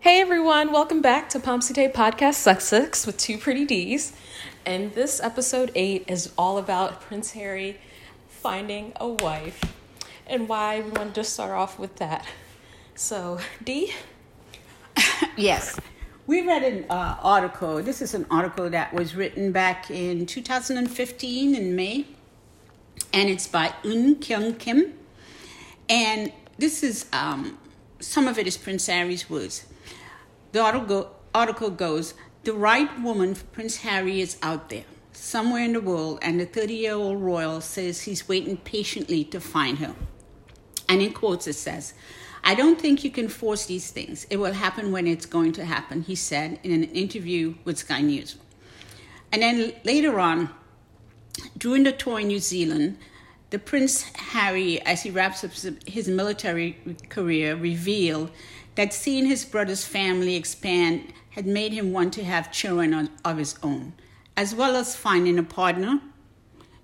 Hey everyone, welcome back to Pomsite Podcast Sussex with two pretty D's. And this episode 8 is all about Prince Harry finding a wife and why we wanted to start off with that. So, D, Yes. We read an uh, article. This is an article that was written back in 2015 in May, and it's by Un Kyung Kim. And this is um, some of it is Prince Harry's words. The article, article goes The right woman for Prince Harry is out there, somewhere in the world, and the 30 year old royal says he's waiting patiently to find her. And in quotes, it says, I don't think you can force these things. It will happen when it's going to happen, he said in an interview with Sky News. And then later on, during the tour in New Zealand, the Prince Harry, as he wraps up his military career, revealed that seeing his brother's family expand had made him want to have children of- of his own, as well as finding a partner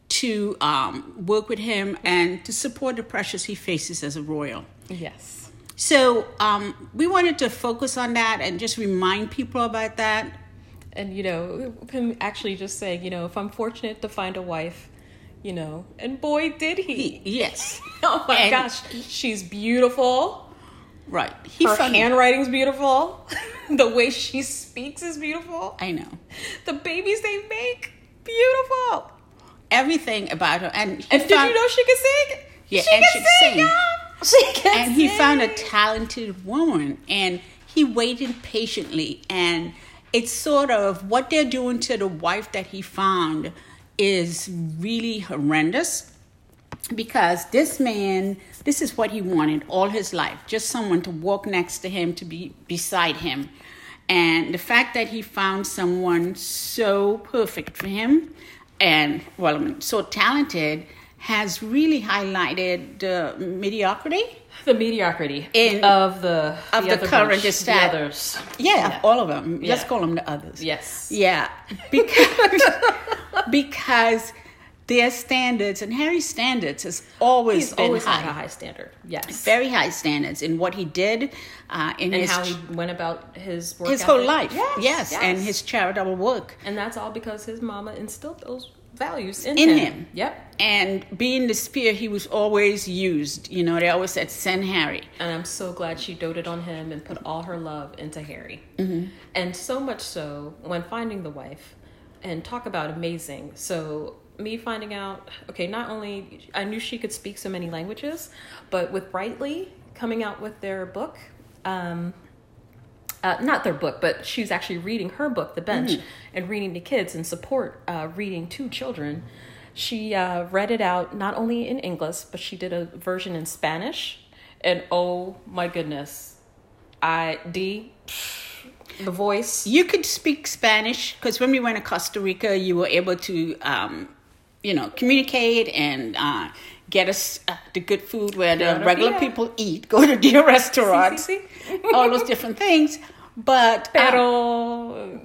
to um, work with him and to support the pressures he faces as a royal. yes, So um, we wanted to focus on that and just remind people about that. and you know, him actually just saying, you know, if I'm fortunate to find a wife, you know, and boy, did he. He- yes, Oh my And- gosh, she's beautiful. right. He Her found- handwriting's beautiful. the way she speaks is beautiful. I know The babies they make, beautiful. everything about her, and he And did found- you know she can sing? Yeah, she and can she sing. sing. y'all. She can and he sing. found a talented woman and he waited patiently and it's sort of what they're doing to the wife that he found is really horrendous because this man this is what he wanted all his life just someone to walk next to him to be beside him and the fact that he found someone so perfect for him and well I mean, so talented has really highlighted the mediocrity the mediocrity In- of the of the other current bunch, the estat- others. Yeah, all of them. Yeah. Let's call them the others. Yes. Yeah, because because their standards and Harry's standards has always He's been always high, had a high standard. Yes. very high standards in what he did, uh, in and his how he went about his work. his whole ethic. life. Yes, and his charitable work. And that's all because his mama instilled those values in, In him. him. Yep. And being the spear, he was always used. You know, they always said, "Send Harry." And I'm so glad she doted on him and put all her love into Harry. Mm-hmm. And so much so, when finding the wife, and talk about amazing. So, me finding out, okay, not only I knew she could speak so many languages, but with Brightly coming out with their book, um, uh, not their book, but she's actually reading her book, The Bench, Mm-hmm. and reading to kids and support uh, reading to children. She uh, read it out not only in English, but she did a version in Spanish. And oh my goodness, I D the voice. You could speak Spanish because when we went to Costa Rica, you were able to, um, you know, communicate and uh, get us uh, the good food where the Claro, regular yeah. people eat. Go to their restaurants, sí. all those different things. But uh, Pero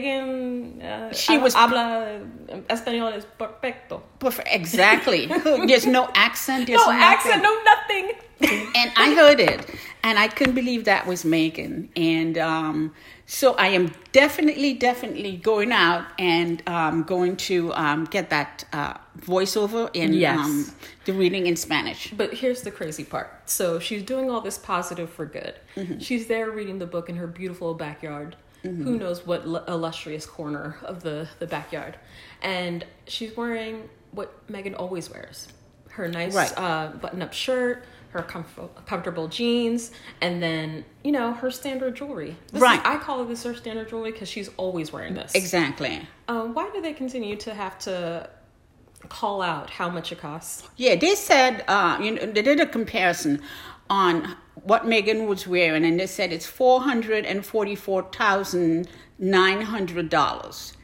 Megan, uh, She hab- was- habla español es perfecto. perf- exactly, there's no accent. There's No accent, nothing. no nothing. and I heard it, and I couldn't believe that was Megan. And um, so I am definitely, definitely going out and um, going to um, get that uh, voiceover in Yes. um, the reading in Spanish. But here's the crazy part. So she's doing all this positive for good. Mm-hmm. She's there reading the book in her beautiful backyard. Who knows what l- illustrious corner of the, the backyard. And she's wearing what Megan always wears her nice Right. uh, button up shirt, her comf- comfortable jeans, and then, you know, her standard jewelry. This is- Right. I call this her standard jewelry because she's always wearing this. Exactly. Um, why do they continue to have to call out how much it costs? Yeah, they said uh, you know they did a comparison on what Megan was wearing, and they said it's four hundred and forty-four thousand nine hundred dollars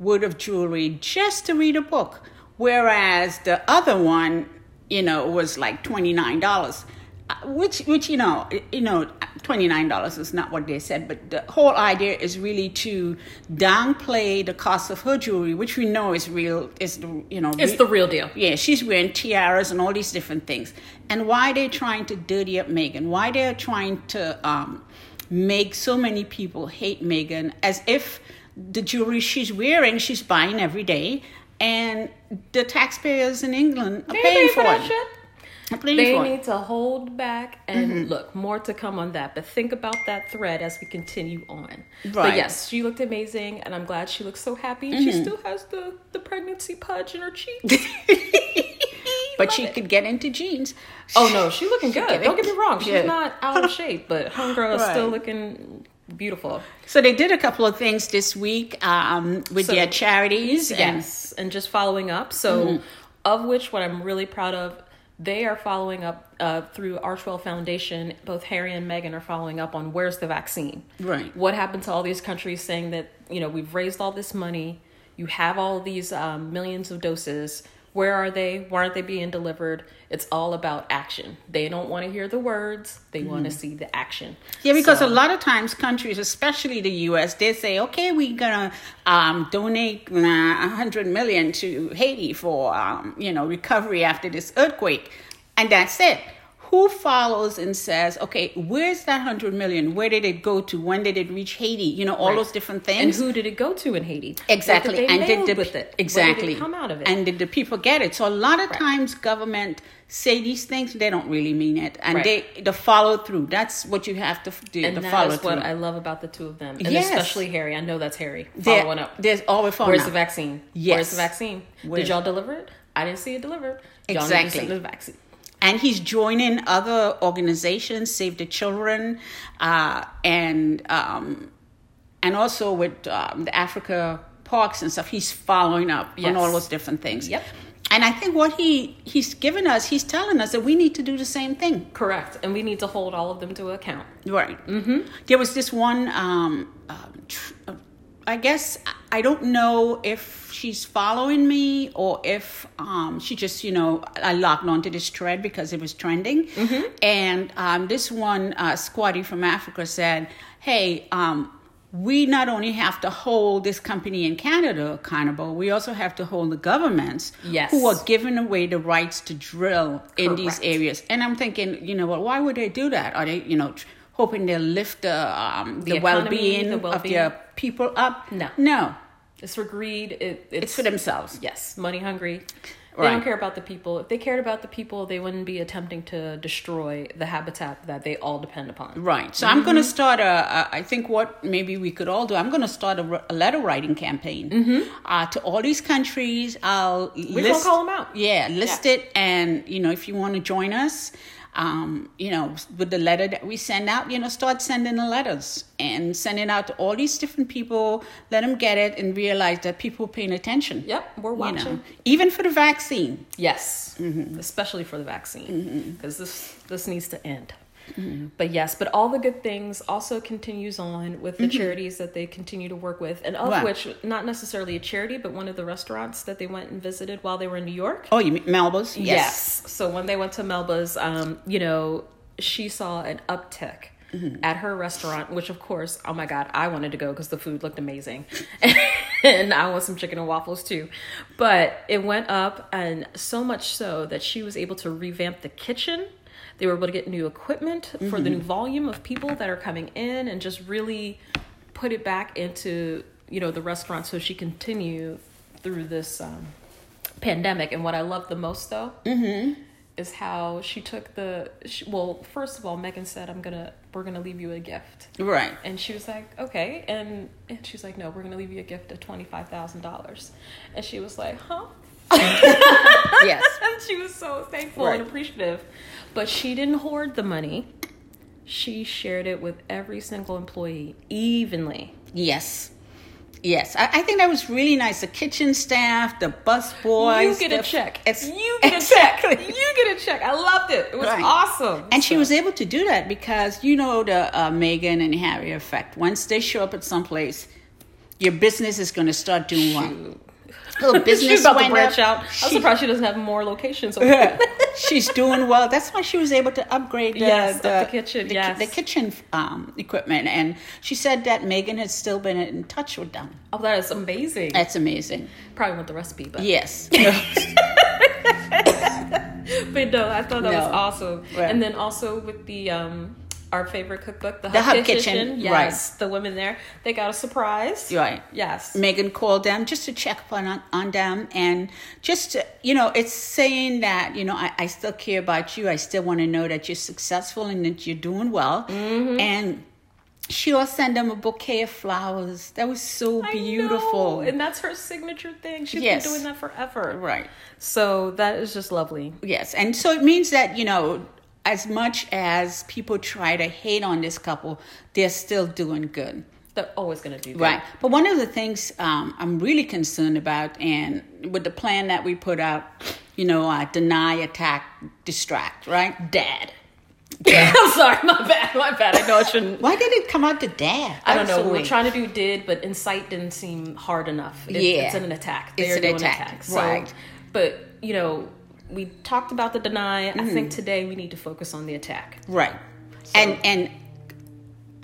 worth of jewelry just to read a book, whereas the other one, you know, was like twenty-nine dollars. uh, Which, which you know, you know, twenty nine dollars is not what they said, but the whole idea is really to downplay the cost of her jewelry, which we know is real, is the you know It's re- the real deal. yeah, she's wearing tiaras and all these different things. And why they are trying to dirty up Megan? Why they're trying to um, make so many people hate Meghan as if the jewelry she's wearing, she's buying every day, and the taxpayers in England are They paying pay for that it. shit. Are paying They for it. Mm-hmm. need to hold back and look more to come on that. But think about that thread as we continue on. But Right. Mm-hmm. yes, she looked amazing, and I'm glad she looks so happy. She still has the the pregnancy pudge in her cheek. But Love she it. could get into jeans. oh no, she's looking good. get it. Don't get me wrong, she's Yeah. not out of shape, but homegirl is still Right. looking beautiful. So they did a couple of things this week um, with So- their charities. and- Yes, and just following up. So, Mm-hmm. of which, what I'm really proud of, they are following up uh, through Archwell Foundation. Both Harry and Meghan are following up on where's the vaccine? Right. What happened to all these countries saying that, you know, we've raised all this money, you have all these um, millions of doses. Where are they? Why aren't they being delivered? It's all about action. They don't want to hear the words, they want to see the action. Mm-hmm. Yeah, because So- a lot of times countries, especially the U.S., they say, "Okay, we're gonna um, donate uh, 100 million to Haiti for um, you know recovery after this earthquake," and that's it. Who follows and says, "Okay, where's that 100 million? Where did it go to? When did it reach Haiti? You know, all Right. those different and things." who did it go to in Haiti? Exactly, What did they and did build the with it? exactly what did it come out of it? and did the people get it? So a lot of times, government say these things, they don't really mean it, and Right. they the follow through. That's what you have to f- do. and the that follow is through. what I love about the two of them, and Yes. especially Harry. I know that's Harry There- following up. There's always following Where's up. the vaccine? Where's Yes. the vaccine? Where's- Did y'all deliver it? I didn't see it delivered. Y'all Need to Exactly. send the vaccine. and he's joining other organizations, Save the Children, uh, and um, and also with um, the Africa Parks and stuff. He's following up on Yes. all those different things. Yep. And I think what he he's given us, he's telling us that we need to do the same thing. Correct, and we need to hold all of them to account. Right. Mm-hmm. There was this one. Um, um, tr- uh, I guess I- I don't know if she's following me or if um, she just, you know, I logged onto this thread because it was trending. And um, this one uh, squatty from Africa said, "Hey, um, we not only have to hold this company in Canada accountable, we also have to hold the governments Yes. who are giving away the rights to drill in these Correct. areas. And I'm thinking, you know what? Why would they do that? Are they, you know, tr- hoping they'll lift the um, the, The economy, well-being the of well-being? their people up? No. no, It's for greed. It, it's for themselves. Yes, money hungry. They Right. don't care about the people. If they cared about the people, they wouldn't be attempting to destroy the habitat that they all depend upon. Right. So Mm-hmm. I'm going to start a, a. I think what maybe we could all do. I'm going to start a, r- a letter writing campaign uh, to all these countries. I'll We gonna Mm-hmm. call 'em out. Yeah, list it, and you know, if you want to join us, um, you know, with the letter that we send out, you know, start sending the letters and send it out to all these different people. Let them get it and realize that people paying attention. Yep, we're You know, watching. even for the vaccine. Yes, especially for the vaccine, because this this needs to end. But yes, but all the good things also continues on with the charities that they continue to work with, and of Right. which not necessarily a charity, but one of the restaurants that they went and visited while they were in New York. Oh, you mean Melba's? So when they went to Melba's, um, you know, she saw an uptick. At her restaurant, which of course, oh my God, I wanted to go because the food looked amazing. and I want some chicken and waffles too. But it went up, and so much so that she was able to revamp the kitchen. They were able to get new equipment for the new volume of people that are coming in and just really put it back into, you know, the restaurant so she continue through this um, pandemic. And what I love the most, though, is how she took the. She, well, first of all, Megan said, "I'm gonna, we're gonna leave you a gift," Right. and she was like, "Okay," and and she's like, "No, we're gonna leave you a gift of twenty five thousand dollars," and she was like, "Huh." yes. and she was so thankful Right. and appreciative. But she didn't hoard the money. She shared it with every single employee evenly. Yes. Yes. I, I think that was really nice. The kitchen staff, the bus you boys. get the- a check. It's- you get exactly. a check. You get a check. I loved it. It was Right. awesome. And she So- was able to do that because you know the uh, Megan and Harry effect. Once they show up at some place, your business is going to start doing well. Shoot. Little She business was about to went branch up. out. I'm She- surprised she doesn't have more locations. open. Yeah. She's doing well. That's why she was able to upgrade the, Yes, up the, the kitchen, the, ki- yes. the kitchen um, equipment. And she said that Megan had still been in touch with them. Oh, that is amazing. That's amazing. Probably want the recipe, but Yes. but no, I thought that No. was awesome. Right. And then also with the um, our favorite cookbook, the, The Hub, Hub Kitchen. Kitchen, Yes, the women there they got a surprise. Right. Yes. Megan called them just to check up on, on them and just, to, you know, it's saying that, you know, I, I still care about you. I still want to know that you're successful and that you're doing well. Mm-hmm. And she'll send them a bouquet of flowers. That was so I know, beautiful. and that's her signature thing. She's Yes. been doing that forever. Right. So that is just lovely. Yes. And so it means that, you know, as much as people try to hate on this couple, they're still doing good. They're always going to do that. Right. But one of the things um, I'm really concerned about, and with the plan that we put out, you know, uh, deny, attack, distract, right? Dad. I'm sorry, my bad, my bad. I know I shouldn't. Why did it come out to dad? I don't know. Absolutely. We're trying to do did, but incite didn't seem hard enough. It- Yeah. It's an attack. It's They're an doing attack, So, right. But, you know, we talked about the deny. Mm-hmm. I think today we need to focus on the attack. Right. and and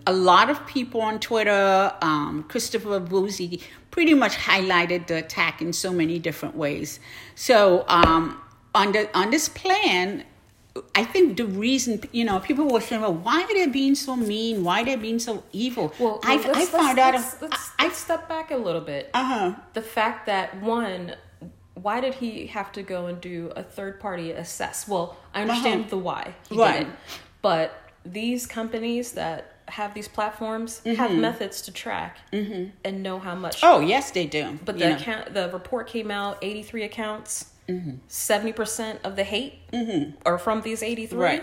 a lot of people on Twitter, um, Christopher Boozy, pretty much highlighted the attack in so many different ways. So um, on the on this plan, I think the reason you know people were saying, "Well, why are they being so mean? Why are they being so evil?" Well, I, well, I let's- let's- found out. Let's, let's, let's step back a little bit. uh huh. the fact that one why did he have to go and do a third party assess well i understand Uh-huh. the why he Right. did it, but these companies that have these platforms have Mm-hmm. methods to track and know how much Oh yes, they do. but you the know. account, the report came out 83 accounts Mm-hmm. 70% of the hate are from these 83 Right.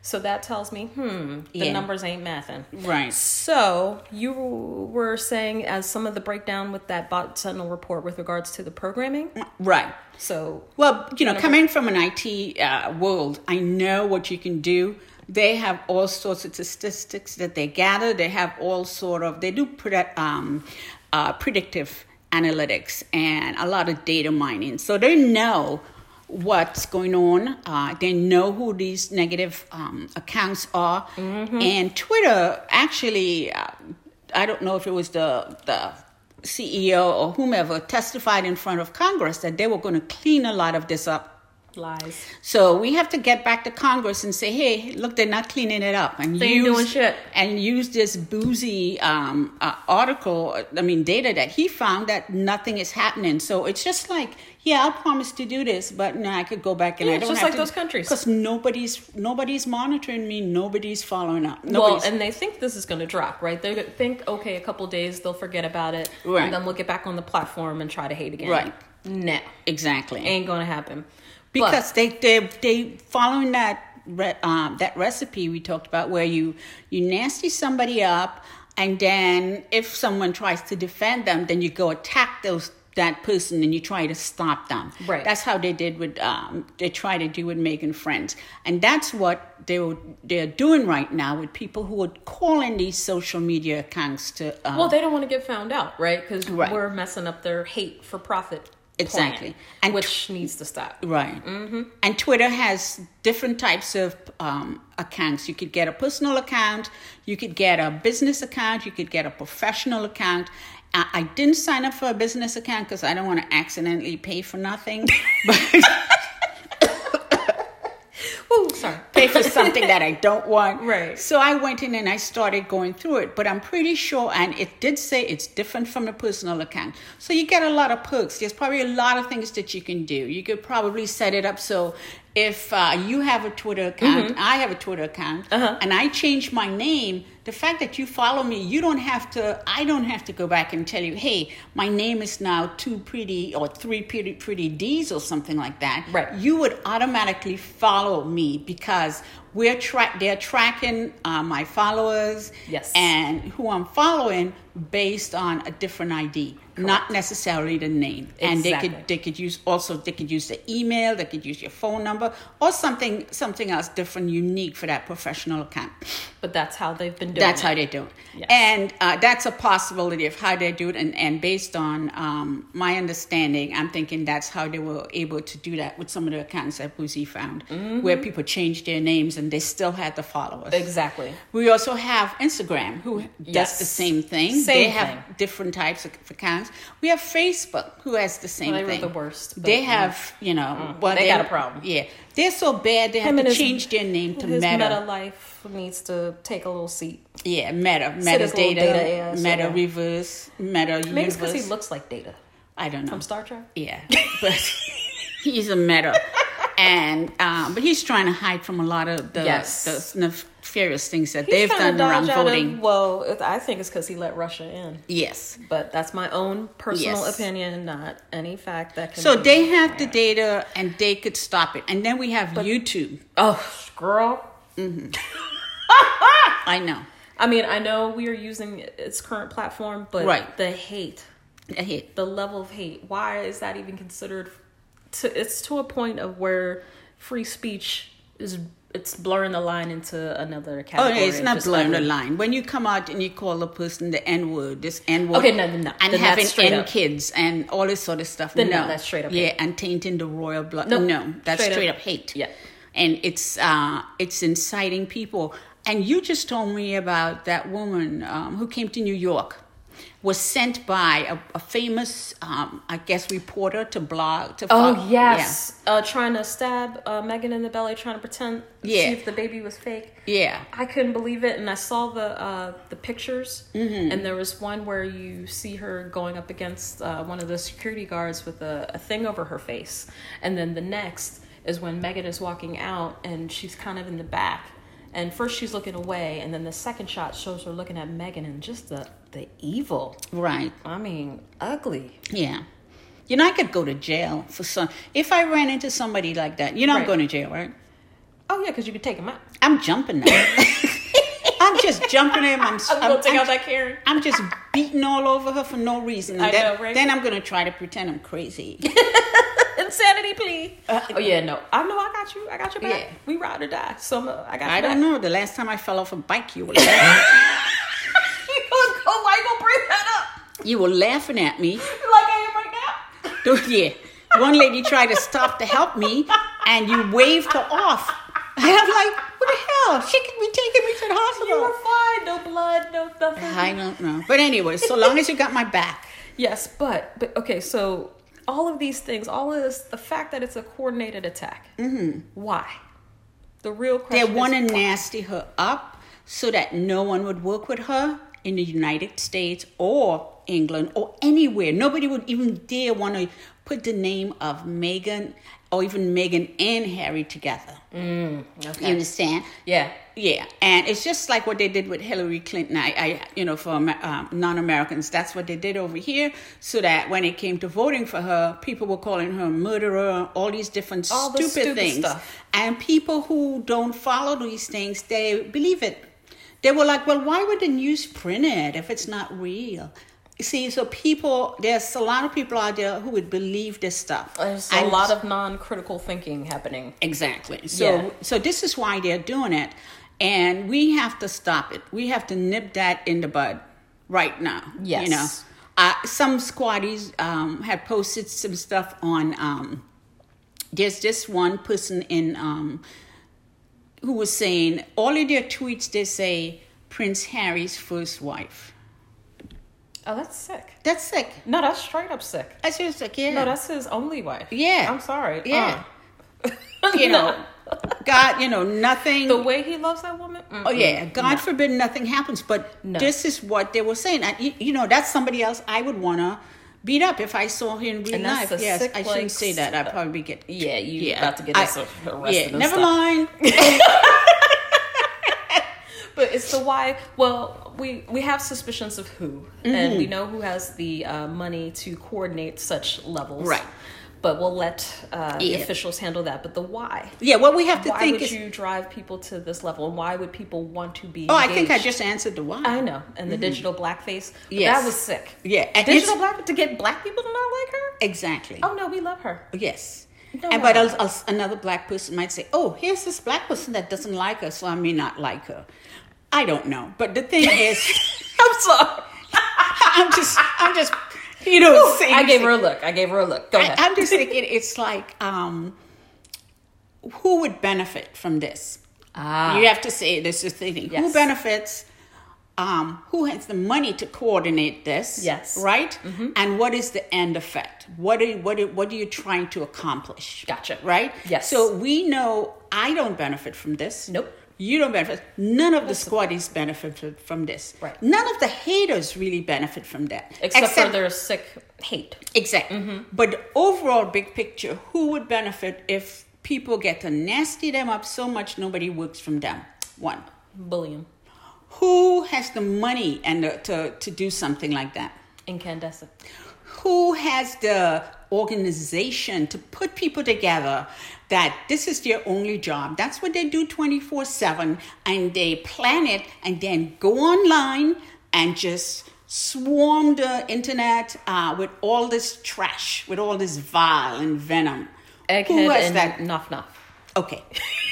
so that tells me hmm the Yeah. numbers ain't mathing right. so you were saying as some of the breakdown with that bot sentinel report with regards to the programming. Mm. Right. So Well, you know, Whatever. coming from an IT uh, world, I know what you can do. They have all sorts of statistics that they gather. They have all sort of they do predict, um, uh, predictive analytics and a lot of data mining. So they know what's going on. Uh, they know who these negative um, accounts are, and Twitter actually. Uh, I don't know if it was the the CEO or whomever testified in front of Congress that they were going to clean a lot of this up. lies. So we have to get back to Congress and say, "Hey, look, they're not cleaning it up," and They ain't use doing shit. and use this boozy um, uh, article. I mean, data that he found that nothing is happening. So it's just like, yeah, I promised to do this, but now I could go back and Yeah, I don't just have like those countries. because nobody's nobody's monitoring me, nobody's following up. Well, Nobody's, and they think this is going to drop, right? They think okay, a couple days they'll forget about it, Right. and then we'll get back on the platform and try to hate again. Right. No, exactly. ain't going to happen. because they they they following that re, um, that recipe we talked about where you you nasty somebody up and then if someone tries to defend them then you go attack those that person and you try to stop them Right. that's how they did with um, they try to do with Megan Friends and that's what they were, they're doing right now with people who are calling these social media accounts to um, But, well, they don't want to get found out, right? Because Right. we're messing up their hate for profit. plan, Exactly. And which needs to stop. Right. Mm-hmm. And Twitter has different types of um, accounts. You could get a personal account, you could get a business account, you could get a professional account. I, I didn't sign up for a business account because I don't want to accidentally pay for nothing, but Ooh, sorry. pay for something that I don't want. Right. So I went in and I started going through it, but I'm pretty sure, and it did say it's different from a personal account. So you get a lot of perks. There's probably a lot of things that you can do. You could probably set it up so if uh, you have a Twitter account, Mm-hmm. I have a Twitter account, Uh-huh. and I change my name. The fact that you follow me, you don't have to. I don't have to go back and tell you, "Hey, my name is now two pretty or three pretty pretty D's or something like that." Right. You would automatically follow me because we're tra- they're tracking uh, my followers Yes. and who I'm following based on a different ID, not necessarily the name. And they could Exactly. they could use also they could use the email, they could use your phone number or something something else different, unique for that professional account. But that's how they've been doing. That's it. how they do it. Yes. And uh, that's a possibility of how they do it. And, and based on um, my understanding, I'm thinking that's how they were able to do that with some of the accounts that Boozy found, Mm-hmm. where people changed their names and they still had the followers. exactly. We also have Instagram, who does Yes. the same thing. Same they have thing. different types of accounts. We have Facebook, who has the same They were thing. the worst, but, They mm. have, you know, well, they got a problem. Yeah, They're so bad they Him have and to his- change their name to His Meta. meta life needs to take a little seat. Yeah, Meta, Said his little metadata, data ass, Meta yeah. Reverse, Meta Maybe it's Universe. because he looks like Data I don't know. from Star Trek. Yeah, but he's a meta, and um, but he's trying to hide from a lot of the, Yes. the nefarious things that He's they've trying done to around dodge out of- voting. well, it- I think it's because he let Russia in. yes. But that's my own personal Yes. opinion, not any fact that can. So be- they have the data, and they could stop it. And then we have YouTube. Oh, girl. I know. I mean, I know we are using its current platform, but Right. the hate, A hit. the level of hate, why is that even considered? To, it's to a point of where free speech is it's blurring the line into another Oh, category. yeah, it's of not just blurring the ugly. line. When you come out and you call a person the N word, this N word. Okay, no, no, no. And Then that's having straight N up. kids and all this sort of stuff. Then no, no, that's straight up Yeah, hate. and tainting the royal blood. Nope. No, that's straight, Straight up. up. hate. Yeah. And it's uh, it's inciting people. And you just told me about that woman um, who came to New York, was sent by a, a famous, um, I guess, reporter to blog to. Oh fo- yes, uh, trying to stab uh, Megan in the belly, trying to pretend Yeah. see if the baby was fake. Yeah. I couldn't believe it, and I saw the uh, the pictures, and there was one where you see her going up against uh, one of the security guards with a, a thing over her face, and then the next is when Megan is walking out, and she's kind of in the back, and first she's looking away, and then the second shot shows her looking at Megan, and just the the evil. yeah. Right. I mean, ugly. Yeah. You know, I could go to jail for some. If I ran into somebody like that, you know, I'm Right. going to jail, right? Oh yeah, because you could take him out. I'm jumping them. I'm just jumping him. I'm, I'm I'm, Oh, gonna take I'm- out that Karen. I'm just beating all over her for no reason. And I then, know, right? then I'm going to try to pretend I'm crazy. Insanity plea. oh yeah, no. I know. I got you. I got your back. Yeah. We ride or die. So I'm, uh, I got. I your don't back. know. The last time I fell off a bike, you were laughing, you gonna go? Why you gonna bring that up? you were laughing at me. Like I am right now. yeah. One lady tried to stop to help me, and you waved her off. And I'm like, what the hell? She could be taking me to the hospital. You were fine. No blood. No nothing. I don't know. But anyway, so long as you got my back. Yes, but but okay. So all of these things, all of this, the fact that it's a coordinated attack. Mm-hmm. Why? The real They question. want to is, nasty her up so that no one would work with her in the United States or England or anywhere. Nobody would even dare want to put the name of Megan or even Megan and Harry together. You Okay. understand? Yeah. Yeah, and it's just like what they did with Hillary Clinton. I, I you know, for Amer- um, non-Americans, that's what they did over here, so that when it came to voting for her, people were calling her a murderer, all these different All the stupid, stupid things. stuff. And people who don't follow these things, they believe it. They were like, well, why would the news print it if it's not real? You See, so people, there's a lot of people out there who would believe this stuff. There's a And lot of non-critical thinking happening. Exactly. So Yeah. so this is why they're doing it, and we have to stop it. We have to nip that in the bud right now. You Yes. know, uh, some squatties um, have posted some stuff on. Um, there's this one person in um, who was saying all of their tweets they say Prince Harry's first wife. Oh, that's sick. That's sick. No, that's straight up sick. That's just like yeah. No, that's his only wife. Yeah. I'm sorry. Yeah. Uh. you No. know, God, you know nothing. the way he loves that woman. Oh yeah, God forbid nothing happens, but No. this is what they were saying. And you, you know, that's somebody else I would wanna beat up if I saw him in real And life. that's the Yes, sick, I shouldn't like, say that. I'd probably get Yeah, you yeah. about to get I- yourself arrested. Yeah, and never stuff. mind. But it's the why. Well, we we have suspicions of who, Mm-hmm. and we know who has the uh, money to coordinate such levels, Right. But we'll let uh, Yeah. the officials handle that. But the why. Yeah, what we have to Why think would is you drive people to this level, and why would people want to be? Oh, I think I engaged? just answered the why. I know, and the digital blackface. but Yes. that was sick. yeah, and it's- Digital black to get black people to not like her. exactly. Oh no, we love her. Yes. No. And, but a, a- another black person might say, oh, here's this black person that doesn't like her, so I may not like her. I don't know. But the thing is, I'm sorry. I'm just, I'm just, you know, saying I gave her a look. I gave her a look. Go I- ahead. I'm just thinking it's like um, who would benefit from this? Ah. You have to say this is the thing. Who Yes. benefits? um, who has the money to coordinate this? Yes. Mm-hmm. Right? And what is the end effect? What are, what, are, what are you trying to accomplish? Gotcha. Right? Yes. So we know I don't benefit from this. Nope. You don't benefit. None of the squaddies benefit f- from this. Right. None of the haters really benefit from that. Except, for their sick hate. Exactly. But the overall big picture, who would benefit if people get to nasty them up so much nobody works from them? One. Bullion. Who has the money and the, to, to do something like that? Incandescent. Who has the organization to put people together that this is their only job? That's what they do 24 7 and they plan it and then go online and just swarm the internet uh, with all this trash, with all this vile and venom. Egghead and Nuff Nuff. Okay,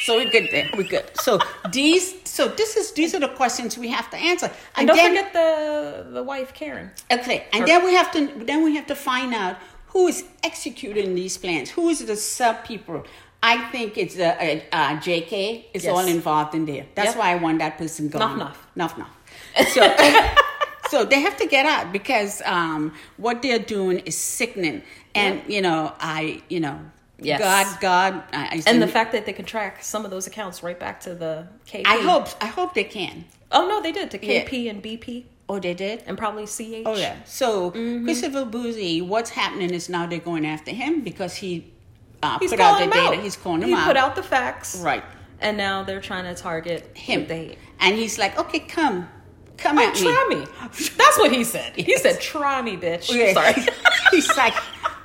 so we're good there. We're good. So these, so this is these are the questions we have to answer. And don't then- forget the the wife Karen. Okay, and then we have to then we have to find out who is executing these plans. Who is the sub people? I think it's uh, uh, uh, JK is Yes. all involved in there. That's Yep. why I want that person gone. Nuff, nuff, nuff. So, so they have to get out because um, what they're doing is sickening. And you know, I you know, Yes. God, God, I, I And the send- fact that they can track some of those accounts right back to the KP. I hope I hope they can. Oh no, they did to Yeah. KP and BP Oh, they did. and probably CH. Oh yeah. So Mm-hmm. Christopher Boozy, what's happening is now they're going after him because he uh, He's put out the calling them data. out. He's calling him he out. put out the facts. right And now they're trying to target him, They and he's like, okay, come, come oh, at try me. me. That's what he said. He said, "Try me, bitch." Yeah. Sorry. he's like,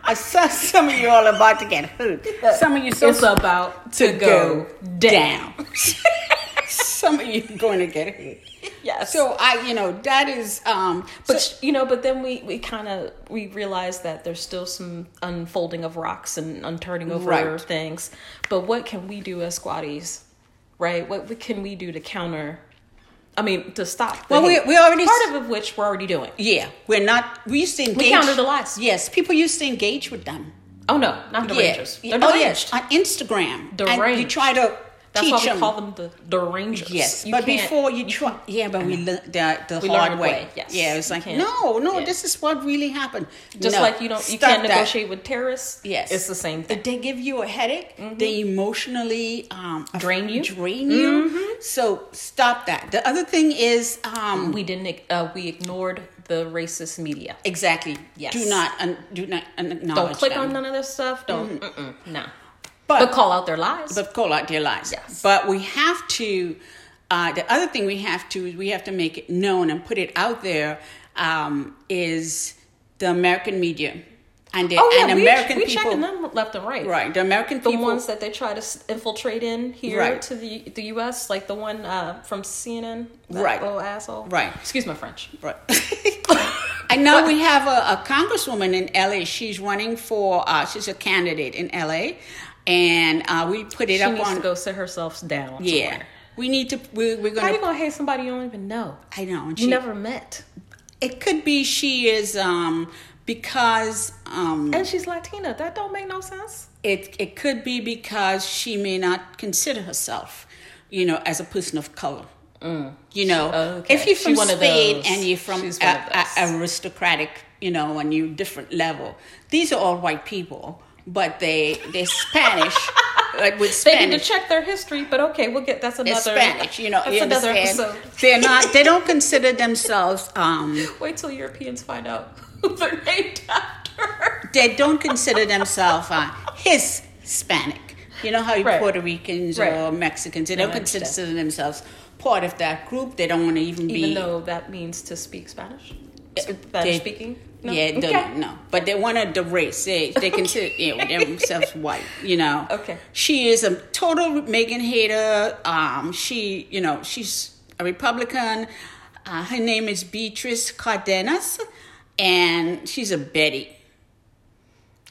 I saw some of you all about to get hurt. Some of you so it's about to, go, down. some of you going to get hurt. Yes. So I, you know, that is, um, But but you know, but then we, we kind of we realize that there's still some unfolding of rocks and unturning over Right. things. But what can we do as squatties, right? What we- can we do to counter? I mean, to stop. the Well, we- hate? we already s- part of, of which we're already doing. yeah, we're not. We used to engage. counter the lies. Yes, people used to engage with them. Oh no, not the Rangers. Yeah. They're oh, deranged. yes. On Instagram. And you Deranged. try to That's teach why we them. call them the derangers. Yes, You but can't- before you try, yeah, but we learned the, the We hard learned the way. way, yes. Yeah, it's You like can't- no, no, yeah. this is what really happened. just No, like you don't, you stop can't that. negotiate with terrorists. Yes, it's the same thing. Mm-hmm. If they give you a headache, they emotionally um, aff- Drain you. Mm-hmm. Drain you. So stop that. The other thing is um, We didn't. ig- Uh, we ignored the racist media. exactly. Mm-hmm. Yes. Do not un- do not acknowledge. Don't click them. on none of this stuff. Don't. Mm-mm, no. But- But, call out their lies. But call out their lies. Yes. But we have to. Uh, the other thing we have to is we have to make it known and put it out there um, is the American media and the oh yeah, and we, American we people. checking them left and right. Right, the American The people. ones that they try to s- infiltrate in here Right. to the the U.S., like the one uh, from CNN. That Right. Little asshole. Right. Excuse my French. Right. and now we have a, a congresswoman in LA. She's running for. Uh, she's a candidate in LA, and uh, we put it She up needs on. to go sit herself down. yeah, somewhere. we need to. We're, we're How gonna. you gonna hate somebody you don't even know? I know. and You she- never met, It could be she is um because um and she's Latina. That don't make no sense. it it could be because she may not consider herself, you know, as a person of color. You know, okay. if you're Mm. She from one of Spain those. and you're from She's a, one of a- those. aristocratic, you know, and you different level. These are all white people, but they they're Spanish, like with They Spanish. need to check their history, but okay, we'll get that's another they're Spanish, you know. That's you another understand? episode. They're not. They don't consider themselves. Um, Wait till Europeans find out who they're named after. they don't consider themselves uh, his Hispanic. You know how you Right. Puerto Ricans or Right. Mexicans, they No, don't I consider understand. themselves part of that group. They don't want to even, Even be. though that means to speak Spanish, Uh, Spanish they- speaking. Yeah, okay. don't- no. But they want to the race. They, they consider yeah, themselves white, you know. Okay. She is a total Megan hater. Um, she, you know, she's a Republican. Uh, her name is Beatrice Cardenas, and she's a Betty.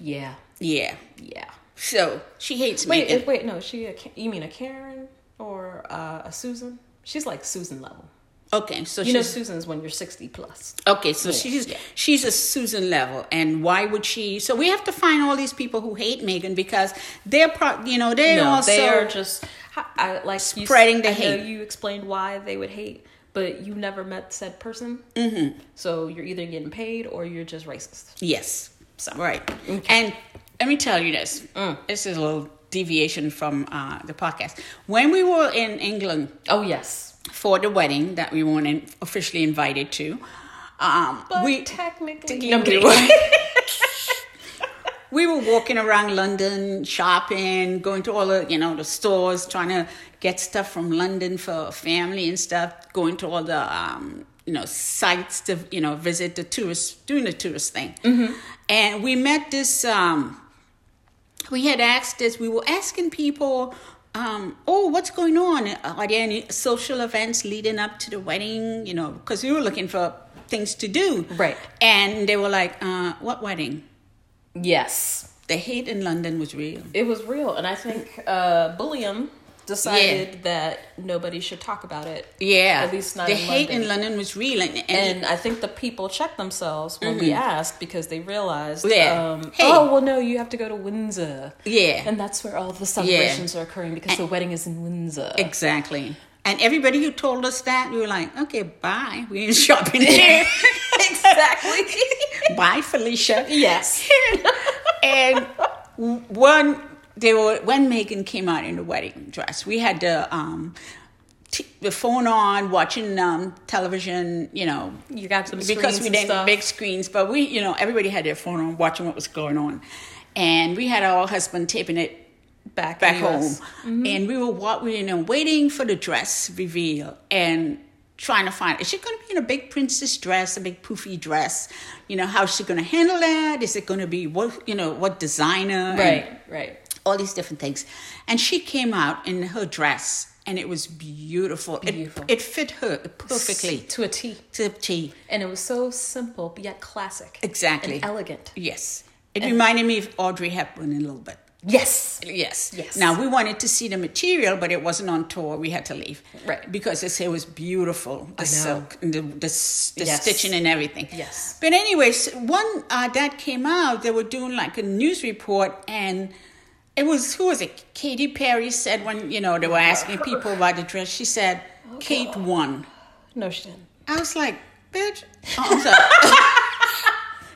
yeah, Yeah. yeah. So she hates Wait, Megan. if- wait, no. She, a, Ka- you mean a Karen or uh, a Susan? She's like Susan level. Okay, so You she's know, Susan's when you're sixty plus. okay, so she's she's a Susan level, and why would she? So we have to find all these people who hate Megan because they're pro, you know they No, also they are just I, I- like you, spreading the I know hate. You explained why they would hate, but you never met said person. Mm-hmm. So you're either getting paid or you're just racist. Yes. So, right. And let me tell you this. Mm. This is a little deviation from uh, the podcast. When we were in England Oh yes, for the wedding that we weren't in, officially invited to, um, but we technically No, I'm we kidding. were. we were walking around London, shopping, going to all the you know the stores, trying to get stuff from London for family and stuff. Going to all the um, you know sites to you know visit the tourists, doing the tourist thing. And we met this. Um, we had asked this. We were asking people. Um, oh, what's going on? Are there any social events leading up to the wedding? You know, because we were looking for things to do. Right. And they were like, uh, what wedding? yes, The hate in London was real. it was real, and I think uh, Bulliam decided that nobody should talk about it. Yeah. At least not the in hate London. in London was real. And, and, And I think the people checked themselves when we asked because they realized, Mm-hmm. Yeah. um, Hey. oh well, no, you have to go to Windsor, yeah. and that's where all the celebrations are occurring because the wedding is in Windsor. exactly. And everybody who told us that, we were like, okay, bye. We ain't shopping there. exactly. bye, Felicia. yes. and one they were when Megan came out in the wedding dress, we had the um t- the phone on, watching um television, you know, You got some because screens we and didn't stuff. big screens, but we you know everybody had their phone on, watching what was going on, and we had our husband taping it Back, back in the home, US. and we were wa- we were, you know waiting for the dress reveal and trying to find is she going to be in a big princess dress, a big poofy dress, you know how's she going to handle that? Is it going to be what you know what designer? and Right. Right. all these different things, and she came out in her dress. And it was beautiful. It- Beautiful. It, fit her perfectly to a T. to a T. And it was so simple but yet classic. Exactly. And elegant. Yes. It reminded me of Audrey Hepburn a little bit. Yes. Yes. Yes. Now we wanted to see the material, but it wasn't on tour. We had to leave. Right. Because this hair was beautiful, the know. silk, and the the, s- the Yes. stitching and everything. Yes. But anyways, one uh, that came out, they were doing like a news report, and it was who was it? Katy Perry said when you know they were asking people about the dress, she said Kate won. No, she didn't. I was like, bitch. Oh, I'm sorry. I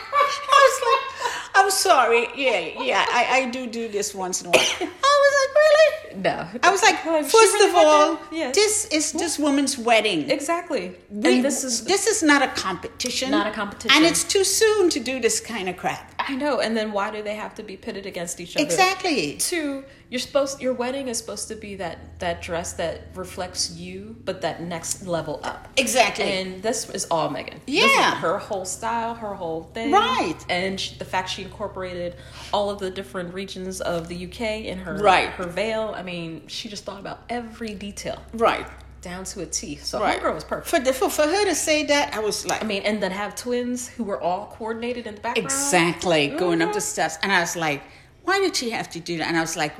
was like, I'm sorry. Yeah, yeah. I, I do do this once in a while. I was like, really? No. I was like, Oh, first she really of had all, that? Yeah. this is this woman's wedding. exactly. We- and this is this is not a competition. Not a competition. And it's too soon to do this kind of crap. I know. And then why do they have to be pitted against each other? Exactly. Two, you're supposed your wedding is supposed to be that that dress that reflects you, but that next level up. Exactly. And this is all Megan. Yeah. her whole style, her whole thing. Right. And she, the fact she incorporated all of the different regions of the UK in her Right. her veil. I mean, she just thought about every detail right. down to a T. So Right. her girl was perfect. For, the, for for her to say that, I was like, I mean, and then have twins who were all coordinated in the background. Exactly, going up the Mhm. steps. And I was like, why did she have to do that? And I was like,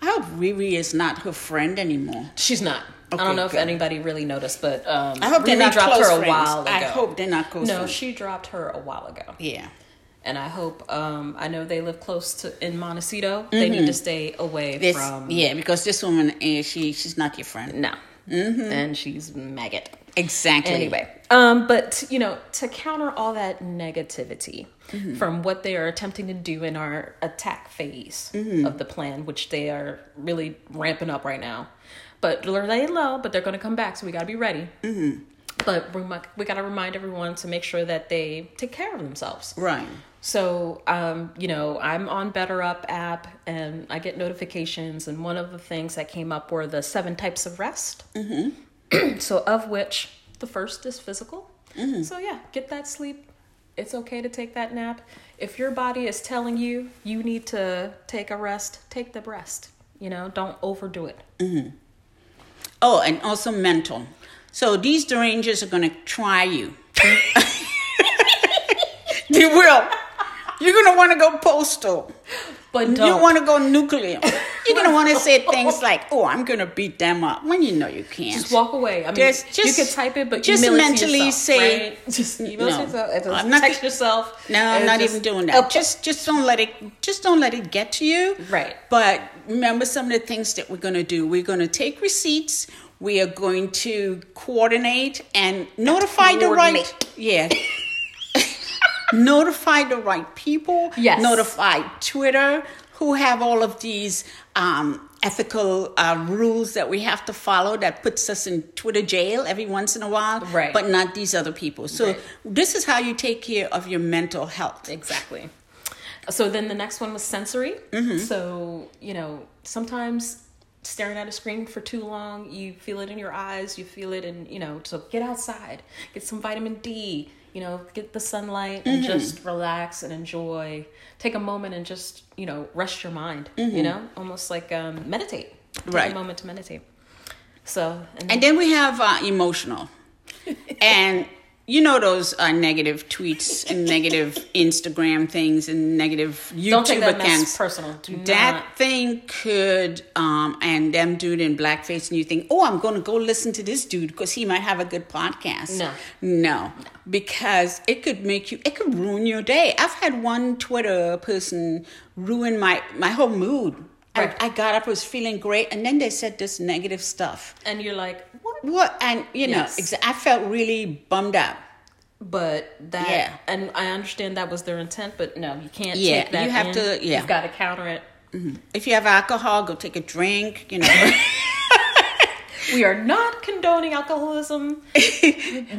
I hope Riri is not her friend anymore. She's not. Okay, I don't know if good. anybody really noticed, but um, I hope they're Riri not dropped close her a friends. while ago. I hope they're not close No, friends. she dropped her a while ago. Yeah. and I hope um, I know they live close to in Montecito. They need to stay away Mm-hmm. This, from yeah, because this woman, eh, she she's not your friend. no, Mm-hmm. and she's maggot. Exactly. Anyway, um, but you know, to counter all that negativity from what they are attempting to do in our attack phase of the plan, which they are really ramping up right now, but they're laying low, but they're going to come back, so we got to be ready. But we, mu- we got to remind everyone to make sure that they take care of themselves. Right. So, um, you know, I'm on Better Up app and I get notifications. And one of the things that came up were the seven types of rest. Mm-hmm. so, of which the first is physical. Mm-hmm. So, yeah, get that sleep. It's okay to take that nap. If your body is telling you you need to take a rest, take the rest. You know, don't overdo it. Oh, and also mental. So these derangers are going to try you. they will. You're going to want to go postal. But You don't. want to go nuclear. You're going to want to say things like, oh, I'm going to beat them up when you know you can't. just walk away. I mean, Just- just- you could type it, but just email it to mentally yourself, say, right? just email it no. to yourself, and just I'm not- text yourself. No, I'm and not just- even doing Oh, that. Just just don't let it just don't let it get to you. Right. But remember some of the things that we're gonna do. We're gonna take receipts. We are going to coordinate and notify the right. Yeah. notify the right people. Yes. Notify Twitter, who have all of these um, ethical uh, rules that we have to follow that puts us in Twitter jail every once in a while. Right. But not these other people. So Right. this is how you take care of your mental health. Exactly. So then the next one was sensory. Mm-hmm. So, you know, sometimes staring at a screen for too long, you feel it in your eyes, you feel it in, you know, so get outside, get some vitamin D, you know, get the sunlight and Mm-hmm. just relax and enjoy. Take a moment and just, you know, rest your mind, you know, almost like um, meditate. Take Mm-hmm. Right. a moment to meditate. So, and, And then we have uh, emotional. and you know those uh, negative tweets and negative Instagram things and negative YouTube don't take that accounts. mess personal. Do that not. thing could um and them dude in blackface and you think oh i'm gonna go listen to this dude because he might have a good podcast No. no because it could make you it could ruin your day i've had one twitter person ruin my my whole mood Right. I, I got up was feeling great and then they said this negative stuff And you're like, what? what and you know Yes. exa- i felt really bummed out But that, Yeah. and I understand that was their intent, but no, you can't Yeah, take that. you have in. to- yeah. You've got to counter it. if you have alcohol go take a drink you know We are not condoning alcoholism.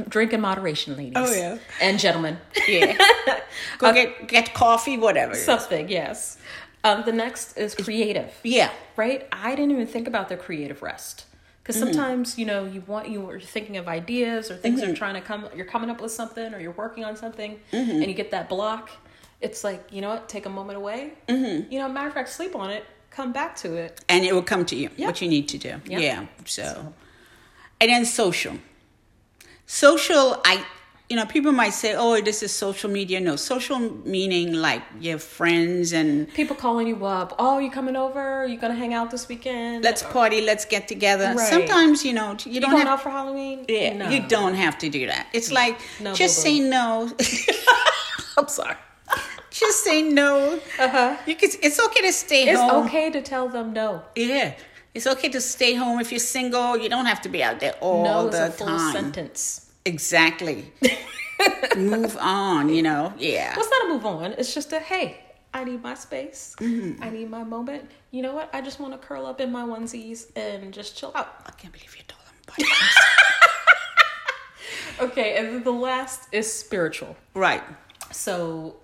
Drink in moderation, ladies. Oh, yeah. And gentlemen. yeah go get get coffee whatever Something, yes. Um, the next is creative. yeah right? I didn't even think about the creative rest because Mm. sometimes you know you want you are thinking of ideas or things Mm-hmm. are trying to come. You're coming up with something or you're working on something, and you get that block. It's like you know what? Take a moment away. Mm-hmm. You know, matter of fact, sleep on it. Come back to it. and it will come to you Yeah. what you need to do Yeah. yeah so. and then social social i you know people might say oh this is social media no social meaning like your friends and People calling you up. Oh, you coming over? You gonna hang out this weekend? let's party let's get together Right. sometimes you know you you don't going have out for Halloween? yeah, No. you don't have to do that it's like No, just boo-boo. say no I'm sorry. just say no Uh-huh. you can, it's okay to stay It's home okay to tell them no. yeah it's okay to stay home if you're single you don't have to be out there all No is the a full time sentence. Exactly. Move on, you know. Yeah. Well, it's not a move on. It's just a hey, I need my space. Mm-hmm. I need my moment. You know what? I just want to curl up in my onesies and just chill out. I can't believe you told him about it. Okay, and then the last is spiritual. Right. So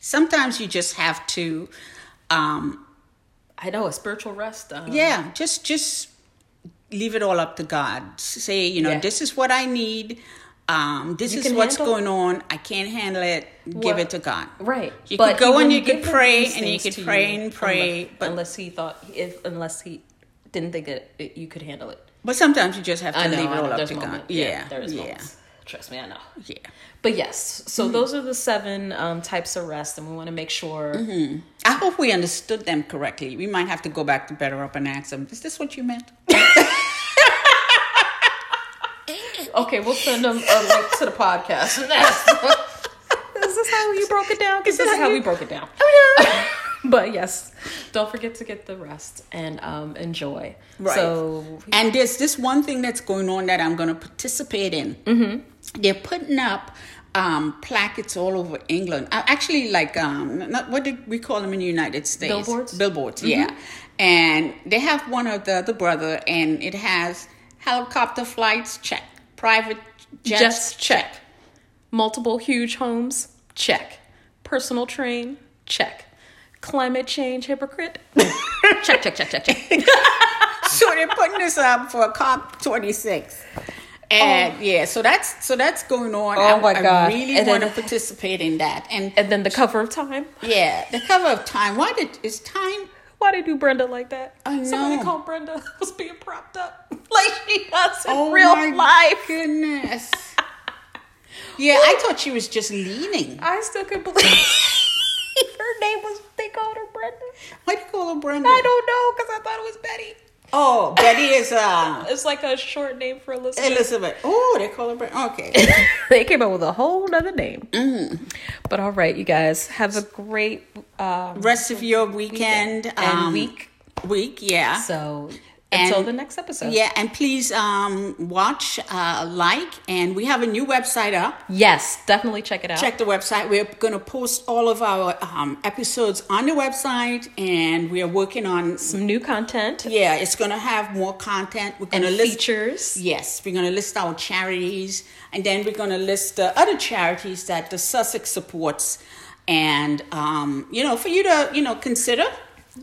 Sometimes you just have to um I know a spiritual rest. Um, yeah, just just leave it all up to God. Say, you know, Yeah. this is what I need. Um this You is can what's handle- going on. I can't handle it. Give Well, it to God. Right. You could go he and wouldn't you could give them pray these and you things could to pray and pray, unless, but- unless he thought if unless he didn't think that it, you could handle it. But sometimes you just have to I know. leave it I know. all up There's to God. moments. Yeah. There's yeah. moments. Trust me, I know. Yeah. But yes, so those are the seven um, types of rest, and we want to make sure Mm-hmm. I hope we understood them correctly. We might have to go back to Better Up and ask them, is this what you meant? Okay, we'll send them a link to the podcast. and ask them, Is this how you broke it down? Oh, Because this is how we broke it down. but yes, don't forget to get the rest and um, enjoy. Right. So and there's this one thing that's going on that I'm going to participate in. Mm-hmm. They're putting up um, plackets all over England. Uh, Actually, like um, not, what did we call them in the United States? Billboards? Mm-hmm. Billboards. Yeah. And they have one of the the brother, and it has helicopter flights check, private jets, Jets, check. multiple huge homes, check. Personal train, check. Climate change hypocrite, check, check, check, check, check. so they're putting this up for COP 26. And yeah, so that's so that's going on. Oh I, my I God. really And want to then- participate in that. And And then the cover of Time. Yeah, the cover of Time. Why did is Time? Why they do Brenda like that? I know. Somebody called Brenda was being propped up like she does in Oh real my life. Goodness. Yeah, I thought she was just leaning. I still couldn't believe her name was they called her Brenda. Why do you call her Brenda? I don't know because I thought it was Betty. Oh, Betty is uh It's like a short name for Elizabeth. Elizabeth. Oh, they call her Brenda. Okay. they came up with a whole nother name. Mm. But all right, you guys have a great um, Rest of your weekend and um, week. Week, yeah. So Until the next episode. Yeah, and please um, watch, uh, like, and we have a new website up. Yes, definitely check it out. Check the website. We're going to post all of our um, episodes on the website, and we are working on. Some new content Yeah, it's going to have more content. We're going and to list. features. Yes, we're going to list our charities, and then we're going to list the other charities that the Sussex supports, and um, you know, for you to you know consider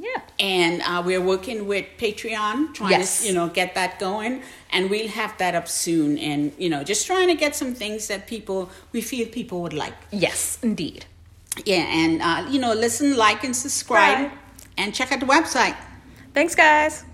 Yeah. and uh, we're working with Patreon, trying Yes. to you know get that going, and we'll have that up soon. And you know, just trying to get some things that people we feel people would like. Yes, indeed. Yeah, and uh, you know, listen, like, and subscribe, Subscribe. and check out the website. Thanks, guys.